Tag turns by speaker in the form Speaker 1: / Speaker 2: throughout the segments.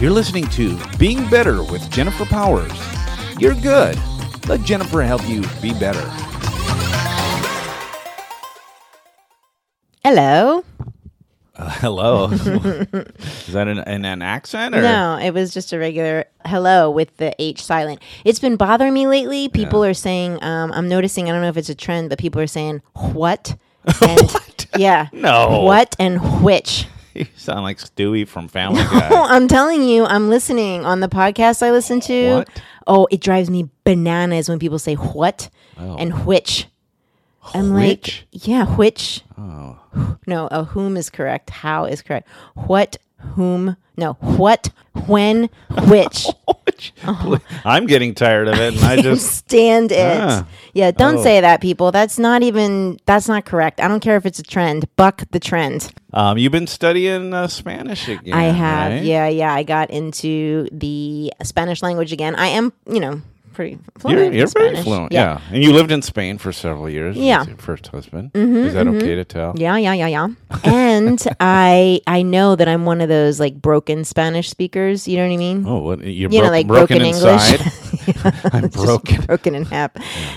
Speaker 1: You're listening to Being Better with Jennifer Powers. You're good. Let Jennifer help you be better.
Speaker 2: Hello.
Speaker 1: Uh, hello. Is that an, an, an accent? Or?
Speaker 2: No, it was just a regular hello with the H silent. It's been bothering me lately. People are saying, um, I'm noticing, I don't know if it's a trend, but people are saying, what? And,
Speaker 1: What?
Speaker 2: Yeah.
Speaker 1: No.
Speaker 2: What and which?
Speaker 1: You sound like Stewie from Family Guy.
Speaker 2: Oh, I'm telling you, I'm listening on the podcast I listen to.
Speaker 1: What?
Speaker 2: Oh, it drives me bananas when people say what and which. I'm
Speaker 1: Oh. Which?
Speaker 2: like, yeah, which. Oh. No, a whom is correct. How is correct. What, whom, no, what, when, which.
Speaker 1: Which- I'm getting tired of it, and I
Speaker 2: Can't
Speaker 1: just
Speaker 2: stand it.
Speaker 1: Ah.
Speaker 2: Yeah, don't
Speaker 1: Oh.
Speaker 2: say that, people. That's not even, that's not correct. I don't care if it's a trend. Buck the trend.
Speaker 1: um, you've been studying uh, Spanish again.
Speaker 2: I have.
Speaker 1: right?
Speaker 2: Yeah, yeah. I got into the Spanish language again. I am, you know, pretty fluent.
Speaker 1: You're,
Speaker 2: in
Speaker 1: you're very
Speaker 2: Spanish.
Speaker 1: fluent, yeah. And you lived in Spain for several years.
Speaker 2: Yeah. Mm-hmm,
Speaker 1: with your first husband. Is that okay to tell?
Speaker 2: Yeah, yeah, yeah, yeah. And I I know that I'm one of those like broken Spanish speakers. You know what I mean?
Speaker 1: Oh, what, you're
Speaker 2: you
Speaker 1: broke-
Speaker 2: know, like
Speaker 1: broken,
Speaker 2: broken,
Speaker 1: inside.
Speaker 2: English. Yeah,
Speaker 1: I'm
Speaker 2: just
Speaker 1: broken.
Speaker 2: broken in half.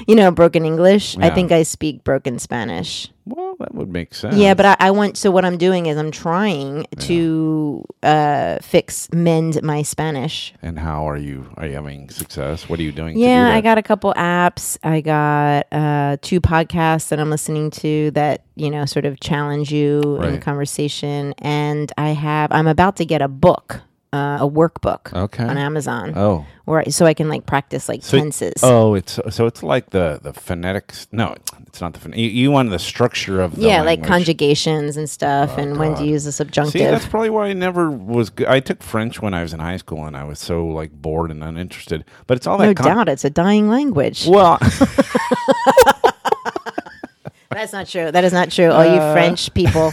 Speaker 2: You know, broken English. I
Speaker 1: Yeah.
Speaker 2: think I speak broken Spanish.
Speaker 1: well, that would make sense.
Speaker 2: Yeah, but I, I want. So what I'm doing is I'm trying to uh, fix, mend my Spanish.
Speaker 1: And how are you? Are you having success? What are you doing?
Speaker 2: Yeah,
Speaker 1: to do
Speaker 2: I
Speaker 1: that?
Speaker 2: got a couple apps. I got uh, two podcasts that I'm listening to that you know sort of challenge you in
Speaker 1: Right.
Speaker 2: conversation. And I have I'm about to get a book, uh, a workbook
Speaker 1: Okay.
Speaker 2: on Amazon,
Speaker 1: Oh,
Speaker 2: where I- so I can like practice like tenses.
Speaker 1: Oh, it's so it's like the the phonetics. No, it's not the phon- you, you want the structure of the
Speaker 2: yeah, like
Speaker 1: language. Oh,
Speaker 2: conjugations and stuff, and when to use the
Speaker 1: See, that's
Speaker 2: subjunctive.
Speaker 1: probably why I never was. Good. I took French when I was in high school, and I was so like bored and uninterested. But it's all that.
Speaker 2: No
Speaker 1: con-
Speaker 2: doubt, it's a dying language.
Speaker 1: Well,
Speaker 2: That's not true. That is not true. All you French people,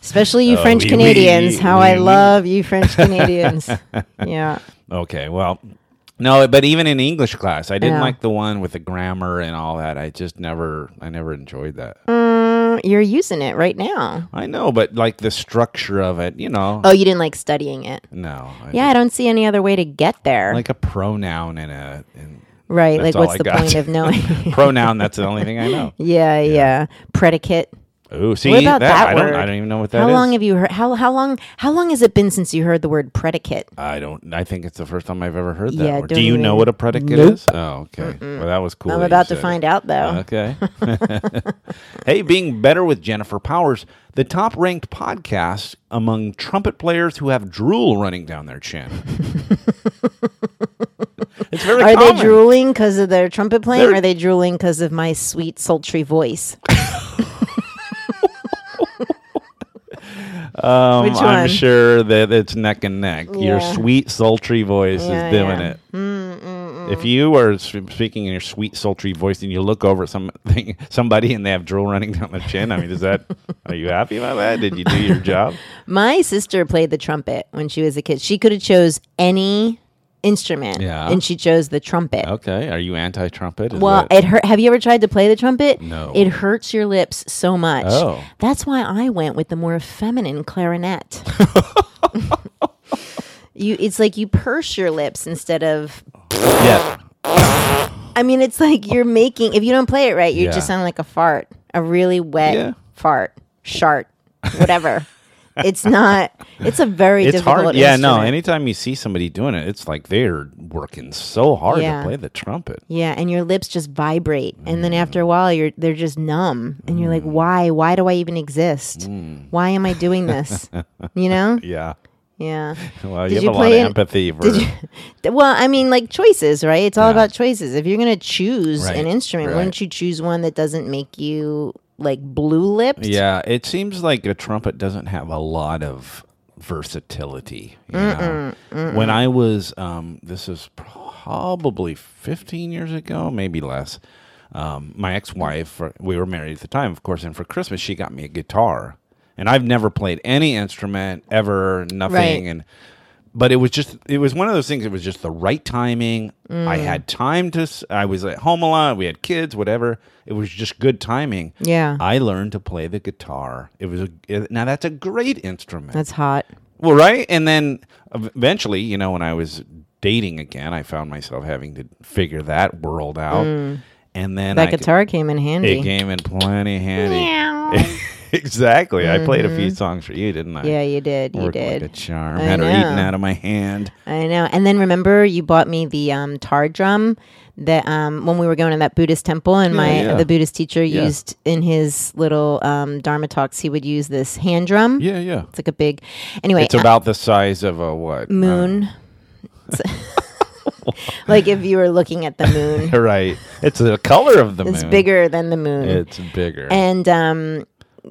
Speaker 2: especially you French
Speaker 1: Uh, Oh, oui,
Speaker 2: Canadians,
Speaker 1: oui,
Speaker 2: how
Speaker 1: oui,
Speaker 2: I
Speaker 1: oui.
Speaker 2: love you French Canadians. yeah.
Speaker 1: okay, well, no, but even in English class, I didn't
Speaker 2: Yeah.
Speaker 1: like the one with the grammar and all that. I just never, I never enjoyed that.
Speaker 2: Mm, you're using it right now.
Speaker 1: I know, but like the structure of it, you know.
Speaker 2: Oh, you didn't like studying it.
Speaker 1: no, I
Speaker 2: Yeah, I don't see any other way to get there.
Speaker 1: like a pronoun and a and
Speaker 2: right.
Speaker 1: that's
Speaker 2: Like,
Speaker 1: all
Speaker 2: what's
Speaker 1: I
Speaker 2: the
Speaker 1: got.
Speaker 2: point of knowing?
Speaker 1: pronoun. That's the only thing I know.
Speaker 2: yeah, yeah, Predicate.
Speaker 1: Oh, see
Speaker 2: what about
Speaker 1: that?
Speaker 2: that,
Speaker 1: I
Speaker 2: word?
Speaker 1: don't, I don't even know what that is.
Speaker 2: how long have you heard? How how long? How long has it been since you heard the word predicate?
Speaker 1: I don't. I think it's the first time I've ever heard that.
Speaker 2: Yeah,
Speaker 1: word. Do
Speaker 2: don't
Speaker 1: you know
Speaker 2: even-
Speaker 1: what a predicate
Speaker 2: Nope.
Speaker 1: is? Oh, okay. Well, that was cool.
Speaker 2: I'm about to find out though.
Speaker 1: Okay. hey, being better with Jennifer Powers, the top-ranked podcast among trumpet players who have drool running down their chin. it's very.
Speaker 2: Are
Speaker 1: common.
Speaker 2: they drooling because of their trumpet playing?
Speaker 1: They're-
Speaker 2: or are they drooling because of my sweet, sultry voice?
Speaker 1: Um,
Speaker 2: Which
Speaker 1: I'm
Speaker 2: one?
Speaker 1: sure that it's neck and neck. Your
Speaker 2: Yeah.
Speaker 1: sweet, sultry voice
Speaker 2: Yeah,
Speaker 1: is doing
Speaker 2: yeah. Mm,
Speaker 1: it. If you are s- speaking in your sweet, sultry voice and you look over at something, somebody and they have drool running down their chin, I mean, is that, are you happy about that? Did you do your job?
Speaker 2: My sister played the trumpet when she was a kid. She could have chose any instrument,
Speaker 1: Yeah.
Speaker 2: and she chose the trumpet.
Speaker 1: Okay. Are you anti trumpet?
Speaker 2: Well, it hurt. Have you ever tried to play the trumpet?
Speaker 1: No.
Speaker 2: It hurts your lips so much.
Speaker 1: Oh.
Speaker 2: That's why I went with the more feminine clarinet. you, it's like you purse your lips instead of.
Speaker 1: yeah.
Speaker 2: I mean, it's like you're making. If you don't play it right, you
Speaker 1: Yeah.
Speaker 2: just sound like a fart, a really wet
Speaker 1: Yeah.
Speaker 2: fart, shart, whatever. it's not. It's a very
Speaker 1: It's
Speaker 2: difficult.
Speaker 1: hard. Yeah, no.
Speaker 2: instrument.
Speaker 1: Anytime you see somebody doing it, it's like they're working so hard
Speaker 2: Yeah.
Speaker 1: to play the trumpet.
Speaker 2: Yeah, and your lips just vibrate, and
Speaker 1: Mm.
Speaker 2: then after a while, you're they're just numb, and you're like, "Why? Why do I even exist?
Speaker 1: Mm.
Speaker 2: Why am I doing this?" you know?
Speaker 1: Yeah.
Speaker 2: Yeah.
Speaker 1: Well,
Speaker 2: Did
Speaker 1: you
Speaker 2: you
Speaker 1: have a lot
Speaker 2: play
Speaker 1: of
Speaker 2: in-
Speaker 1: empathy for.
Speaker 2: Did you? th- Well, I mean, like choices, right? It's all
Speaker 1: Yeah.
Speaker 2: about choices. If you're gonna choose
Speaker 1: Right,
Speaker 2: an instrument,
Speaker 1: right.
Speaker 2: wouldn't you choose one that doesn't make you like blue lipped?
Speaker 1: Yeah, it seems like a trumpet doesn't have a lot of versatility. You know? When I was, um, this is probably 15 years ago, maybe less. Um, my ex-wife, or- we were married at the time, of course, and for Christmas she got me a guitar, and I've never played any instrument ever, nothing,
Speaker 2: Right.
Speaker 1: and. But it was just, it was one of those things. It was just the right timing. I had time to, s- I was at home a lot. We had kids, whatever. It was just good timing.
Speaker 2: Yeah.
Speaker 1: I learned to play the guitar. It was a, it- now that's a great instrument.
Speaker 2: That's hot.
Speaker 1: Well, right, and then eventually, you know, when I was dating again, I found myself having to figure that world out, and then
Speaker 2: Mm. That
Speaker 1: I could-
Speaker 2: guitar came in handy.
Speaker 1: it came in plenty handy.
Speaker 2: Meow. Mm-hmm.
Speaker 1: exactly, I played a few songs for you, didn't I?
Speaker 2: yeah, you did. You
Speaker 1: Worked like a
Speaker 2: did.
Speaker 1: charm.
Speaker 2: I
Speaker 1: Had her eaten
Speaker 2: know.
Speaker 1: out of my hand.
Speaker 2: I know. And then remember, you bought me the um, tar drum that um, when we were going to that Buddhist temple, and my
Speaker 1: yeah.
Speaker 2: the Buddhist teacher
Speaker 1: Yeah.
Speaker 2: used in his little um, Dharma talks, he would use this hand drum.
Speaker 1: Yeah, yeah.
Speaker 2: It's like a big. Anyway,
Speaker 1: It's about the size of a what?
Speaker 2: moon. like if you were looking at the moon,
Speaker 1: Uh, right. It's the color of the moon.
Speaker 2: it's bigger than the moon.
Speaker 1: It's bigger.
Speaker 2: and um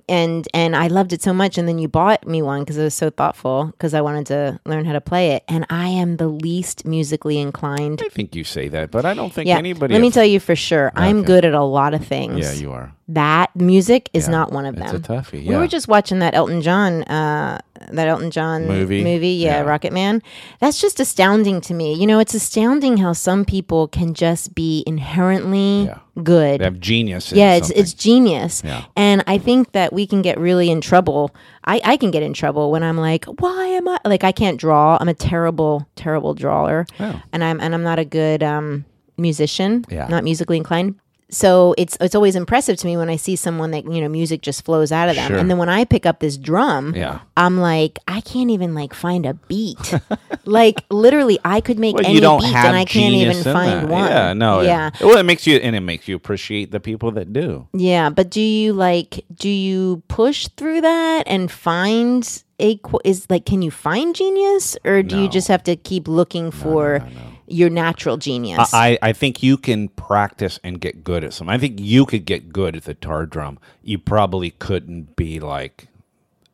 Speaker 2: and and I loved it so much and then you bought me one cuz it was so thoughtful cuz I wanted to learn how to play it and I am the least musically inclined.
Speaker 1: I think you say that, but I don't think
Speaker 2: Yeah.
Speaker 1: anybody.
Speaker 2: Let me
Speaker 1: of-
Speaker 2: tell you for sure. I'm
Speaker 1: Okay.
Speaker 2: good at a lot of things.
Speaker 1: Yeah, you are.
Speaker 2: that music is
Speaker 1: Yeah.
Speaker 2: not one of
Speaker 1: It's
Speaker 2: them.
Speaker 1: a toughie.
Speaker 2: We
Speaker 1: yeah.
Speaker 2: were just watching that Elton John, uh, that Elton John
Speaker 1: Movie?
Speaker 2: yeah,
Speaker 1: Yeah.
Speaker 2: Rocket Man. That's just astounding to me. You know, it's astounding how some people can just be inherently
Speaker 1: Yeah.
Speaker 2: good.
Speaker 1: They have genius. in
Speaker 2: yeah, it's
Speaker 1: something.
Speaker 2: it's genius.
Speaker 1: Yeah.
Speaker 2: And I think that we can get really in trouble. I, I can get in trouble when I'm like, why am I like I can't draw. I'm a terrible, terrible drawer.
Speaker 1: Oh.
Speaker 2: And I'm and I'm not a good um musician.
Speaker 1: Yeah.
Speaker 2: Not musically inclined. So it's it's always impressive to me when I see someone that, you know, music just flows out of them.
Speaker 1: Sure.
Speaker 2: And then when I pick up this drum,
Speaker 1: Yeah.
Speaker 2: I'm like, I can't even like find a beat. like literally I could make
Speaker 1: Well,
Speaker 2: any
Speaker 1: you don't
Speaker 2: beat
Speaker 1: have
Speaker 2: and I can't even
Speaker 1: genius in that.
Speaker 2: find one.
Speaker 1: Yeah, no. it-
Speaker 2: Yeah.
Speaker 1: well, it makes you, and it makes you appreciate the people that do.
Speaker 2: Yeah, but do you like do you push through that and find a qu- is like can you find genius or do you
Speaker 1: No.
Speaker 2: just have to keep looking for your natural genius?
Speaker 1: I, I think you can practice and get good at some. I think you could get good at the tar drum. You probably couldn't be like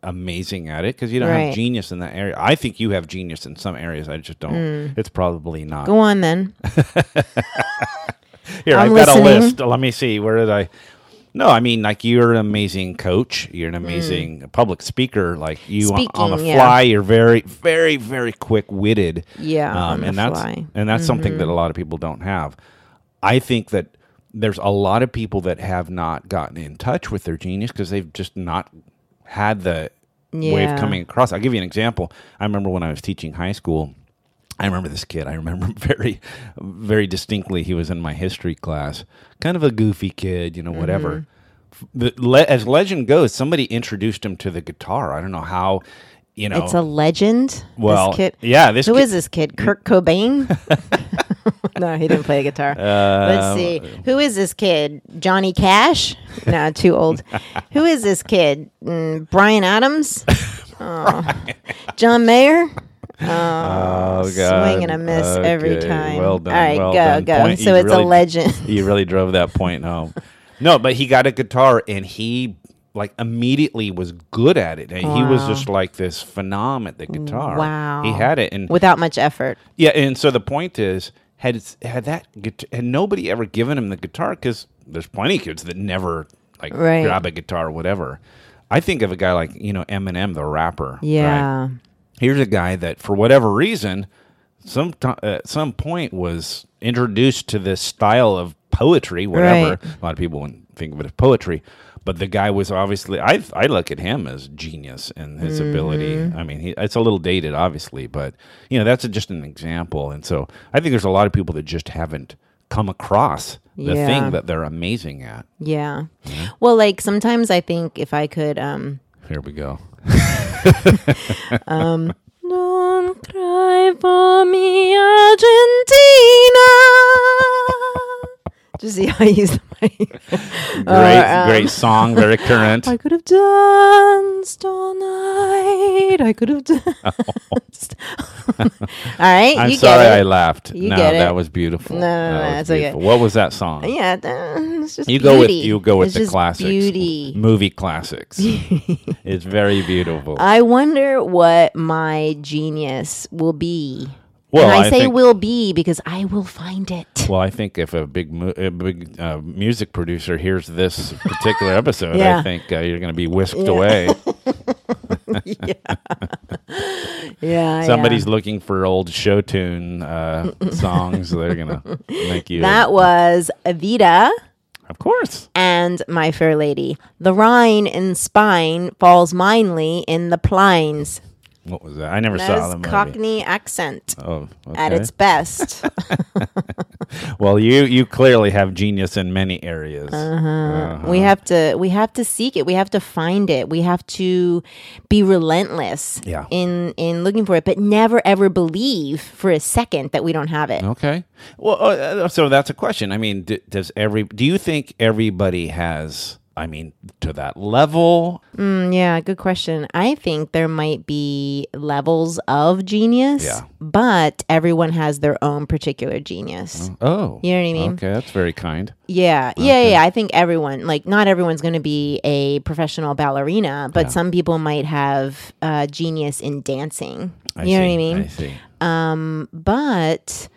Speaker 1: amazing at it because you don't
Speaker 2: Right.
Speaker 1: have genius in that area. I think you have genius in some areas. I just don't.
Speaker 2: Mm.
Speaker 1: It's probably not.
Speaker 2: Go on then.
Speaker 1: Here,
Speaker 2: I'm
Speaker 1: I've got
Speaker 2: listening.
Speaker 1: a list. Let me see. Where did I? No, I mean, like you're an amazing coach. You're an amazing public speaker. Like you
Speaker 2: Hmm. Speaking,
Speaker 1: on the
Speaker 2: yeah.
Speaker 1: fly, you're very, very, very quick witted.
Speaker 2: Yeah, on the
Speaker 1: um, and that's
Speaker 2: fly. Mm-hmm.
Speaker 1: and that's something that a lot of people don't have. I think that there's a lot of people that have not gotten in touch with their genius because they've just not had the way
Speaker 2: Yeah.
Speaker 1: of coming across. I'll give you an example. I remember when I was teaching high school. I remember this kid. I remember him very, very distinctly. He was in my history class, kind of a goofy kid, you know,
Speaker 2: Mm-hmm.
Speaker 1: whatever. F- The, le, as legend goes, somebody introduced him to the guitar. I don't know how, you know.
Speaker 2: It's a legend.
Speaker 1: Oh. well,
Speaker 2: this kid.
Speaker 1: yeah, this
Speaker 2: Who
Speaker 1: kid,
Speaker 2: is this kid? Kurt Cobain? no, he didn't play a guitar.
Speaker 1: Um,
Speaker 2: Let's see. Who is this kid? Johnny Cash? No, too old. Who is this kid? Mm, Brian Adams? Oh. John Mayer?
Speaker 1: oh,
Speaker 2: Swing and a miss every
Speaker 1: Okay,
Speaker 2: time.
Speaker 1: Well done.
Speaker 2: All right,
Speaker 1: well
Speaker 2: go,
Speaker 1: done.
Speaker 2: go.
Speaker 1: Point-
Speaker 2: so
Speaker 1: you
Speaker 2: it's
Speaker 1: really-
Speaker 2: a legend.
Speaker 1: you really drove that point home. No, but he got a guitar and he like immediately was good at it. And He was
Speaker 2: Wow.
Speaker 1: just like this phenom at the guitar.
Speaker 2: Wow.
Speaker 1: He had it and
Speaker 2: Without much effort.
Speaker 1: Yeah, and so the point is, had had that guit- had nobody ever given him the guitar? Because there's plenty of kids that never like
Speaker 2: Right.
Speaker 1: grab a guitar or whatever. I think of a guy like you know Eminem, the rapper. right?
Speaker 2: Yeah.
Speaker 1: here's a guy that for whatever reason, some ti- at some point was introduced to this style of poetry. Whatever
Speaker 2: Right.
Speaker 1: a lot of people wouldn't think of it as poetry. But the guy was obviously. I I look at him as genius and his ability.
Speaker 2: Mm-hmm.
Speaker 1: I mean, he, it's a little dated, obviously, but you know that's just an example. And so I think there's a lot of people that just haven't come across the
Speaker 2: Yeah.
Speaker 1: thing that they're amazing at.
Speaker 2: Yeah.
Speaker 1: Mm-hmm.
Speaker 2: Well, like sometimes I think if I could um
Speaker 1: Here we go.
Speaker 2: Don't cry for me, Argentina. Just see how I use the mic.
Speaker 1: Great,
Speaker 2: um,
Speaker 1: great song, very current.
Speaker 2: uh, I could have danced all night. I could have danced. all right,
Speaker 1: I'm
Speaker 2: you
Speaker 1: sorry
Speaker 2: get
Speaker 1: I
Speaker 2: it.
Speaker 1: laughed.
Speaker 2: You
Speaker 1: no,
Speaker 2: get it.
Speaker 1: that was beautiful.
Speaker 2: No, no,
Speaker 1: That
Speaker 2: no,
Speaker 1: was
Speaker 2: it's okay.
Speaker 1: beautiful. What was that song?
Speaker 2: yeah, th- it's just
Speaker 1: You go with
Speaker 2: beauty.
Speaker 1: you go with
Speaker 2: It's
Speaker 1: the
Speaker 2: just
Speaker 1: classics.
Speaker 2: Beauty.
Speaker 1: Movie classics. it's very beautiful.
Speaker 2: I wonder what my genius will be.
Speaker 1: Well,
Speaker 2: and I,
Speaker 1: I
Speaker 2: say
Speaker 1: think-
Speaker 2: will be because I will find it.
Speaker 1: well, I think if a big mu- a big uh, music producer hears this particular episode,
Speaker 2: Yeah.
Speaker 1: I think uh, you're going to be whisked away.
Speaker 2: Yeah, yeah.
Speaker 1: Somebody's looking for old show tune uh, songs. They're going to make you
Speaker 2: That was Evita
Speaker 1: Of course.
Speaker 2: and My Fair Lady. The Rhine in spine falls minely in the plines.
Speaker 1: What was that? I never
Speaker 2: That
Speaker 1: saw the
Speaker 2: is
Speaker 1: movie.
Speaker 2: Cockney accent
Speaker 1: Oh, okay.
Speaker 2: at its best. Uh,
Speaker 1: well, you you clearly have genius in many areas.
Speaker 2: Uh-huh.
Speaker 1: Uh-huh.
Speaker 2: We have to we have to seek it. We have to find it. We have to be relentless
Speaker 1: Yeah.
Speaker 2: in in looking for it, but never ever believe for a second that we don't have it.
Speaker 1: Okay. Well, uh, uh, so that's a question. I mean, d- does every do you think everybody has? I mean, to that level.
Speaker 2: Mm, yeah, good question. I think there might be levels of genius,
Speaker 1: Yeah.
Speaker 2: but everyone has their own particular genius.
Speaker 1: Oh,
Speaker 2: You know what I mean?
Speaker 1: Okay, that's very kind.
Speaker 2: Yeah, yeah, yeah. I think everyone, like, not everyone's going to be a professional ballerina, but some people might have uh, genius in dancing.
Speaker 1: I
Speaker 2: you know
Speaker 1: see,
Speaker 2: what I mean?
Speaker 1: I see.
Speaker 2: but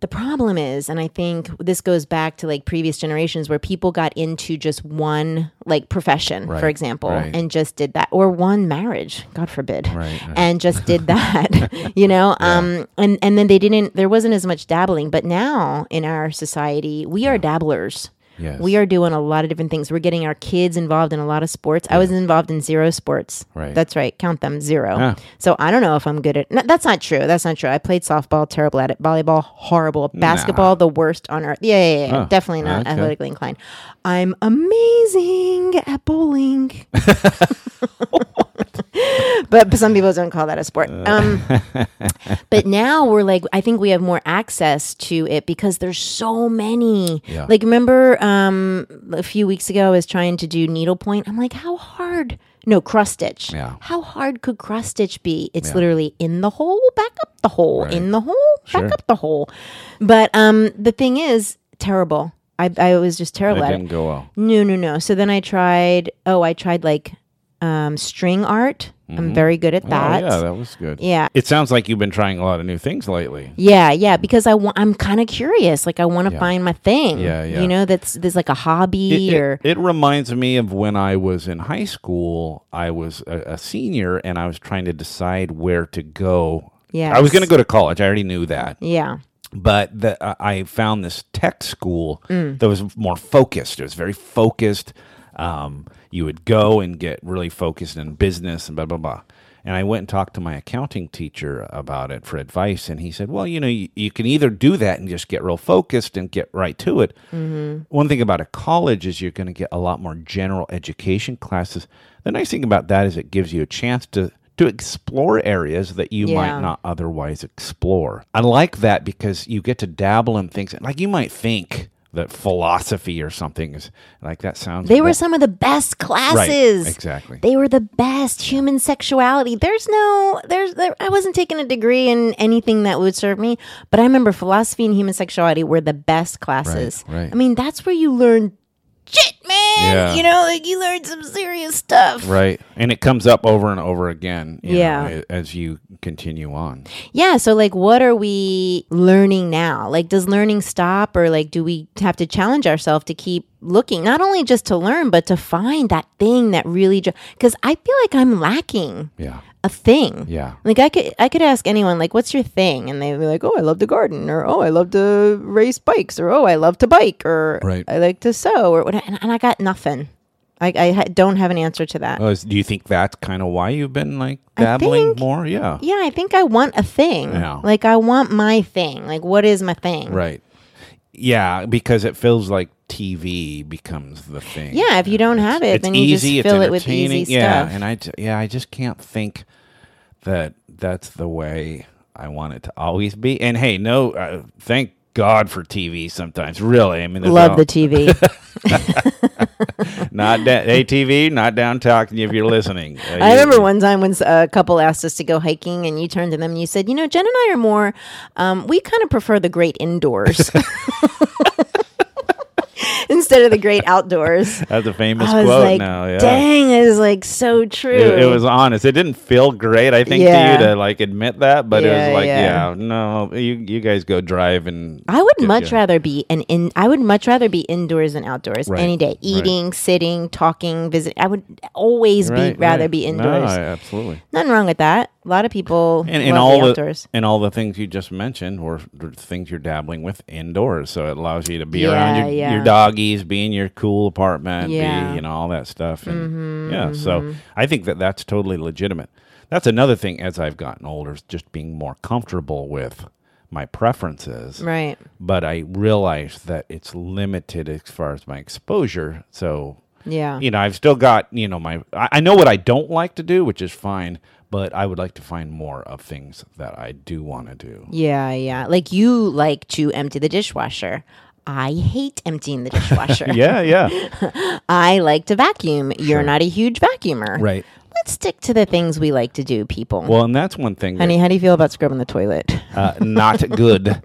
Speaker 2: the problem is and i think this goes back to like previous generations where people got into just one like profession for
Speaker 1: Right,
Speaker 2: example
Speaker 1: right.
Speaker 2: and just did that or one marriage god forbid
Speaker 1: Right, right.
Speaker 2: and just did that you know um and and then they didn't there wasn't as much dabbling but now in our society we are dabblers
Speaker 1: Yes.
Speaker 2: we are doing a lot of different things. We're getting our kids involved in a lot of sports. I was involved in zero sports.
Speaker 1: Right.
Speaker 2: That's right. Count them zero.
Speaker 1: Ah.
Speaker 2: So I don't know if I'm good at. No, that's not true. That's not true. I played softball, terrible at it. Volleyball, horrible. Basketball, the worst on earth. Yeah, yeah, yeah. yeah.
Speaker 1: Oh,
Speaker 2: Definitely not
Speaker 1: okay.
Speaker 2: athletically inclined. I'm amazing at bowling. but some people don't call that a sport.
Speaker 1: Uh,
Speaker 2: Um, but now we're like, I think we have more access to it because there's so many.
Speaker 1: Yeah.
Speaker 2: Like, remember um, a few weeks ago, I was trying to do needlepoint. I'm like, how hard? No, cross stitch.
Speaker 1: Yeah.
Speaker 2: How hard could cross stitch be? It's literally in the hole, back up the hole, in the hole, back
Speaker 1: Sure.
Speaker 2: up the hole. But um, the thing is, terrible. I, I was just
Speaker 1: It
Speaker 2: terrible at it.
Speaker 1: didn't go well.
Speaker 2: No, no, no. So then I tried. Oh, I tried like um, string art. I'm very good at that.
Speaker 1: Oh, yeah, that was good.
Speaker 2: Yeah.
Speaker 1: It sounds like you've been trying a lot of new things lately.
Speaker 2: Yeah, yeah, because I want. I'm kind of curious. Like I want to find my thing.
Speaker 1: Yeah, yeah.
Speaker 2: You know, that's there's like a hobby
Speaker 1: It- it-
Speaker 2: or
Speaker 1: It, reminds me of when I was in high school. I was a, a senior and I was trying to decide where to go. I was
Speaker 2: Yes.
Speaker 1: going to go to college. I already knew that.
Speaker 2: yeah,
Speaker 1: But the, I I found this tech school that was more focused. It was very focused. Um, you would go and get really focused in business and blah, blah, blah. And I went and talked to my accounting teacher about it for advice. And he said, Well, you know, you, you can either do that and just get real focused and get right to it. One thing about a college is you're going to get a lot more general education classes. The nice thing about that is it gives you a chance to to explore areas that you might
Speaker 2: Yeah.
Speaker 1: not otherwise explore. I like that because you get to dabble in things. Like you might think that philosophy or something is like that sounds.
Speaker 2: they were
Speaker 1: wa-
Speaker 2: some of the best
Speaker 1: right
Speaker 2: classes.
Speaker 1: exactly.
Speaker 2: They were the best human sexuality. There's no, there's, there, I wasn't taking a degree in anything that would serve me, but I remember philosophy and human sexuality were the best classes.
Speaker 1: right.
Speaker 2: I mean, that's where you learn shit, man.
Speaker 1: Yeah.
Speaker 2: You know, like you learn some serious stuff.
Speaker 1: Right, and it comes up over and over again. you know,
Speaker 2: Yeah.
Speaker 1: a- as you continue on.
Speaker 2: Yeah. So, like, what are we learning now? Like, does learning stop, or like, do we have to challenge ourselves to keep looking, not only just to learn, but to find that thing that really? Because I feel like I'm lacking
Speaker 1: Yeah,
Speaker 2: a thing.
Speaker 1: yeah,
Speaker 2: Like I could I could ask anyone like what's your thing and they'd be like oh I love to garden or oh I love to race bikes or oh I love to bike or
Speaker 1: Right.
Speaker 2: I like to sew or what and, and I got nothing I, I ha- don't have an answer to that
Speaker 1: Oh, is- do you think that's kind of why you've been like dabbling
Speaker 2: think-
Speaker 1: more? Yeah,
Speaker 2: yeah I think I want a thing
Speaker 1: Yeah.
Speaker 2: like I want my thing like what is my thing
Speaker 1: Right. Yeah, because it feels like TV becomes the thing.
Speaker 2: yeah if you don't have it
Speaker 1: it's
Speaker 2: then you
Speaker 1: easy.
Speaker 2: just
Speaker 1: it's
Speaker 2: fill it with
Speaker 1: entertaining.
Speaker 2: easy
Speaker 1: yeah,
Speaker 2: stuff
Speaker 1: and I j- yeah I just can't think that that's the way I want it to always be. And hey, no, uh, thank God for TV. Sometimes, really, I mean, there's
Speaker 2: love
Speaker 1: no-
Speaker 2: the TV
Speaker 1: not da- ATV, not down talking if you're listening. Uh,
Speaker 2: I
Speaker 1: you-
Speaker 2: remember one time when a couple asked us to go hiking, and you turned to them and you said, "You know, Jen and I are more. Um, we kind of prefer the great indoors instead of the great outdoors."
Speaker 1: That's a famous
Speaker 2: I was
Speaker 1: quote
Speaker 2: like,
Speaker 1: now. Yeah.
Speaker 2: "Dang, it was like so true."
Speaker 1: It, it was honest. It didn't feel great, I think, to
Speaker 2: Yeah.
Speaker 1: you to like admit that, but it
Speaker 2: Yeah,
Speaker 1: was like,
Speaker 2: yeah.
Speaker 1: yeah, no, you you guys go drive and
Speaker 2: I would much
Speaker 1: yeah.
Speaker 2: rather be an in. I would much rather be indoors than outdoors
Speaker 1: Right,
Speaker 2: any day.
Speaker 1: right.
Speaker 2: Eating, sitting, talking, visiting. I would always be rather be
Speaker 1: No,
Speaker 2: indoors.
Speaker 1: I- absolutely.
Speaker 2: Nothing wrong with that. A lot of people
Speaker 1: and, and
Speaker 2: love
Speaker 1: all
Speaker 2: the
Speaker 1: the
Speaker 2: outdoors.
Speaker 1: and all the things you just mentioned were th- things you're dabbling with indoors. So it allows you to be around
Speaker 2: Yeah,
Speaker 1: your,
Speaker 2: yeah.
Speaker 1: your doggies, be in your cool apartment,
Speaker 2: Yeah. Mm-hmm,
Speaker 1: be you know all that stuff. And yeah, so I think that that's totally legitimate. That's another thing as I've gotten older, is just being more comfortable with my preferences.
Speaker 2: right.
Speaker 1: But I realize that it's limited as far as my exposure. So
Speaker 2: Yeah.
Speaker 1: you know, I've still got, you know, my, I, I know what I don't like to do, which is fine, but I would like to find more of things that I do want to do.
Speaker 2: Yeah, yeah. Like you like to empty the dishwasher. I hate emptying the dishwasher.
Speaker 1: Yeah, yeah.
Speaker 2: I like to vacuum. You're not a huge vacuumer.
Speaker 1: right.
Speaker 2: Let's stick to the things we like to do, people.
Speaker 1: Well, and that's one thing.
Speaker 2: Honey, how do you feel about scrubbing the toilet?
Speaker 1: uh, not good.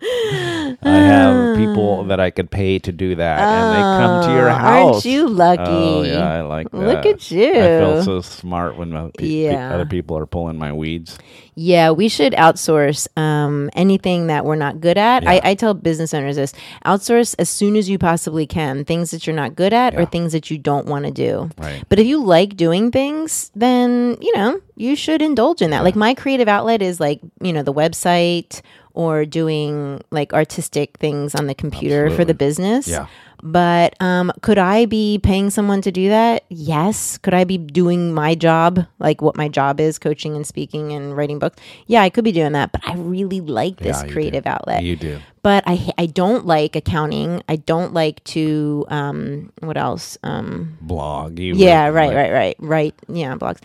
Speaker 1: I have people that I could pay to do that, and they come to your
Speaker 2: Ah. Oh,
Speaker 1: house.
Speaker 2: Aren't you lucky?
Speaker 1: Oh yeah, I like that.
Speaker 2: Look at
Speaker 1: I feel
Speaker 2: you.
Speaker 1: so smart when my pe- pe-
Speaker 2: Yeah.
Speaker 1: other people are pulling my weeds.
Speaker 2: Yeah, we should outsource um, anything that we're not good at. I, I tell business owners this outsource as soon as you possibly can things that you're not good at or
Speaker 1: Yeah.
Speaker 2: things that you don't want to do.
Speaker 1: Right.
Speaker 2: But if you like doing things, then, you know, you should indulge in that. Like my creative outlet is like, you know, the website or doing like artistic things on the computer for the
Speaker 1: Absolutely.
Speaker 2: business.
Speaker 1: Yeah.
Speaker 2: But um, could I be paying someone to do that? Yes. Could I be doing my job, like what my job is, coaching and speaking and writing books? Yeah, I could be doing that. But I really like this
Speaker 1: you do.
Speaker 2: creative outlet.
Speaker 1: You do.
Speaker 2: But I ha- I don't like accounting. I don't like to um what else um
Speaker 1: Blog. You
Speaker 2: yeah,
Speaker 1: would,
Speaker 2: right, right, right, right. Yeah, blogs,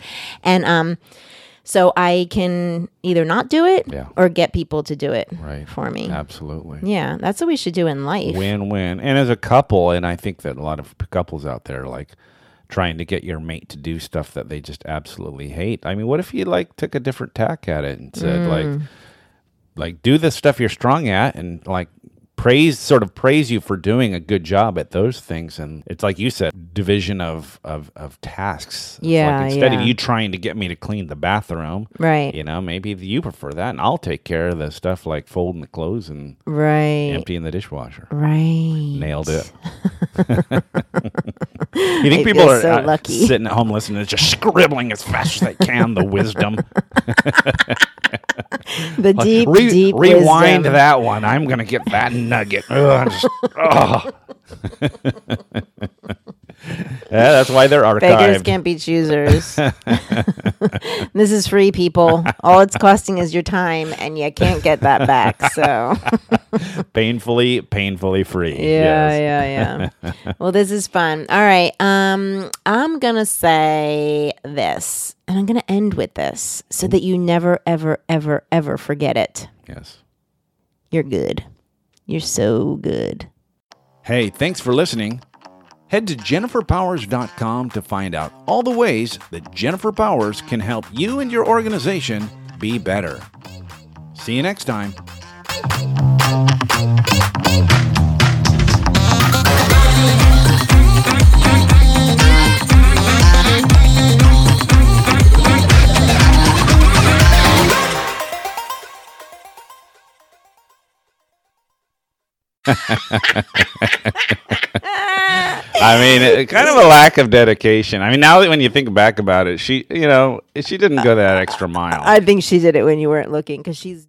Speaker 2: and um, so I can either not do it
Speaker 1: Yeah.
Speaker 2: or get people to do it
Speaker 1: Right.
Speaker 2: for me.
Speaker 1: Absolutely.
Speaker 2: Yeah, that's what we should do in life.
Speaker 1: win win and as a couple and i think that a lot of couples out there like trying to get your mate to do stuff that they just absolutely hate i mean what if you like took a different tack at it and said
Speaker 2: Mm.
Speaker 1: like like do the stuff you're strong at and like praise sort of praise you for doing a good job at those things and it's like you said division of of, of tasks It's like,
Speaker 2: Yeah,
Speaker 1: instead
Speaker 2: yeah.
Speaker 1: of you trying to get me to clean the bathroom
Speaker 2: Right,
Speaker 1: you know maybe you prefer that and i'll take care of the stuff like folding the clothes and
Speaker 2: right,
Speaker 1: emptying the dishwasher
Speaker 2: right.
Speaker 1: Nailed it. you think
Speaker 2: I
Speaker 1: people
Speaker 2: feel
Speaker 1: are
Speaker 2: so
Speaker 1: uh,
Speaker 2: lucky.
Speaker 1: sitting at home listening to just scribbling as fast as they can the wisdom?
Speaker 2: The deep,
Speaker 1: Re-
Speaker 2: deep
Speaker 1: rewind
Speaker 2: wisdom.
Speaker 1: that one. I'm going to get that nugget. Ugh, just- ugh. yeah, that's why they're
Speaker 2: Beggars
Speaker 1: archived.
Speaker 2: can't be choosers. this is free, people. All it's costing is your time, and you can't get that back. So.
Speaker 1: Painfully, painfully free.
Speaker 2: Yeah,
Speaker 1: Yes.
Speaker 2: yeah, yeah. well, this is fun. All right. Um, I'm gonna say this, and I'm gonna end with this, so that you never, ever, ever, ever forget it.
Speaker 1: Yes.
Speaker 2: You're good. You're so good.
Speaker 1: Hey, thanks for listening. Head to jenniferpowers.com to find out all the ways that Jennifer Powers can help you and your organization be better. See you next time. I mean, it, kind of a lack of dedication. I mean, now that when you think back about it, she, you know, she didn't go that extra mile.
Speaker 2: I think she did it when you weren't looking, because she's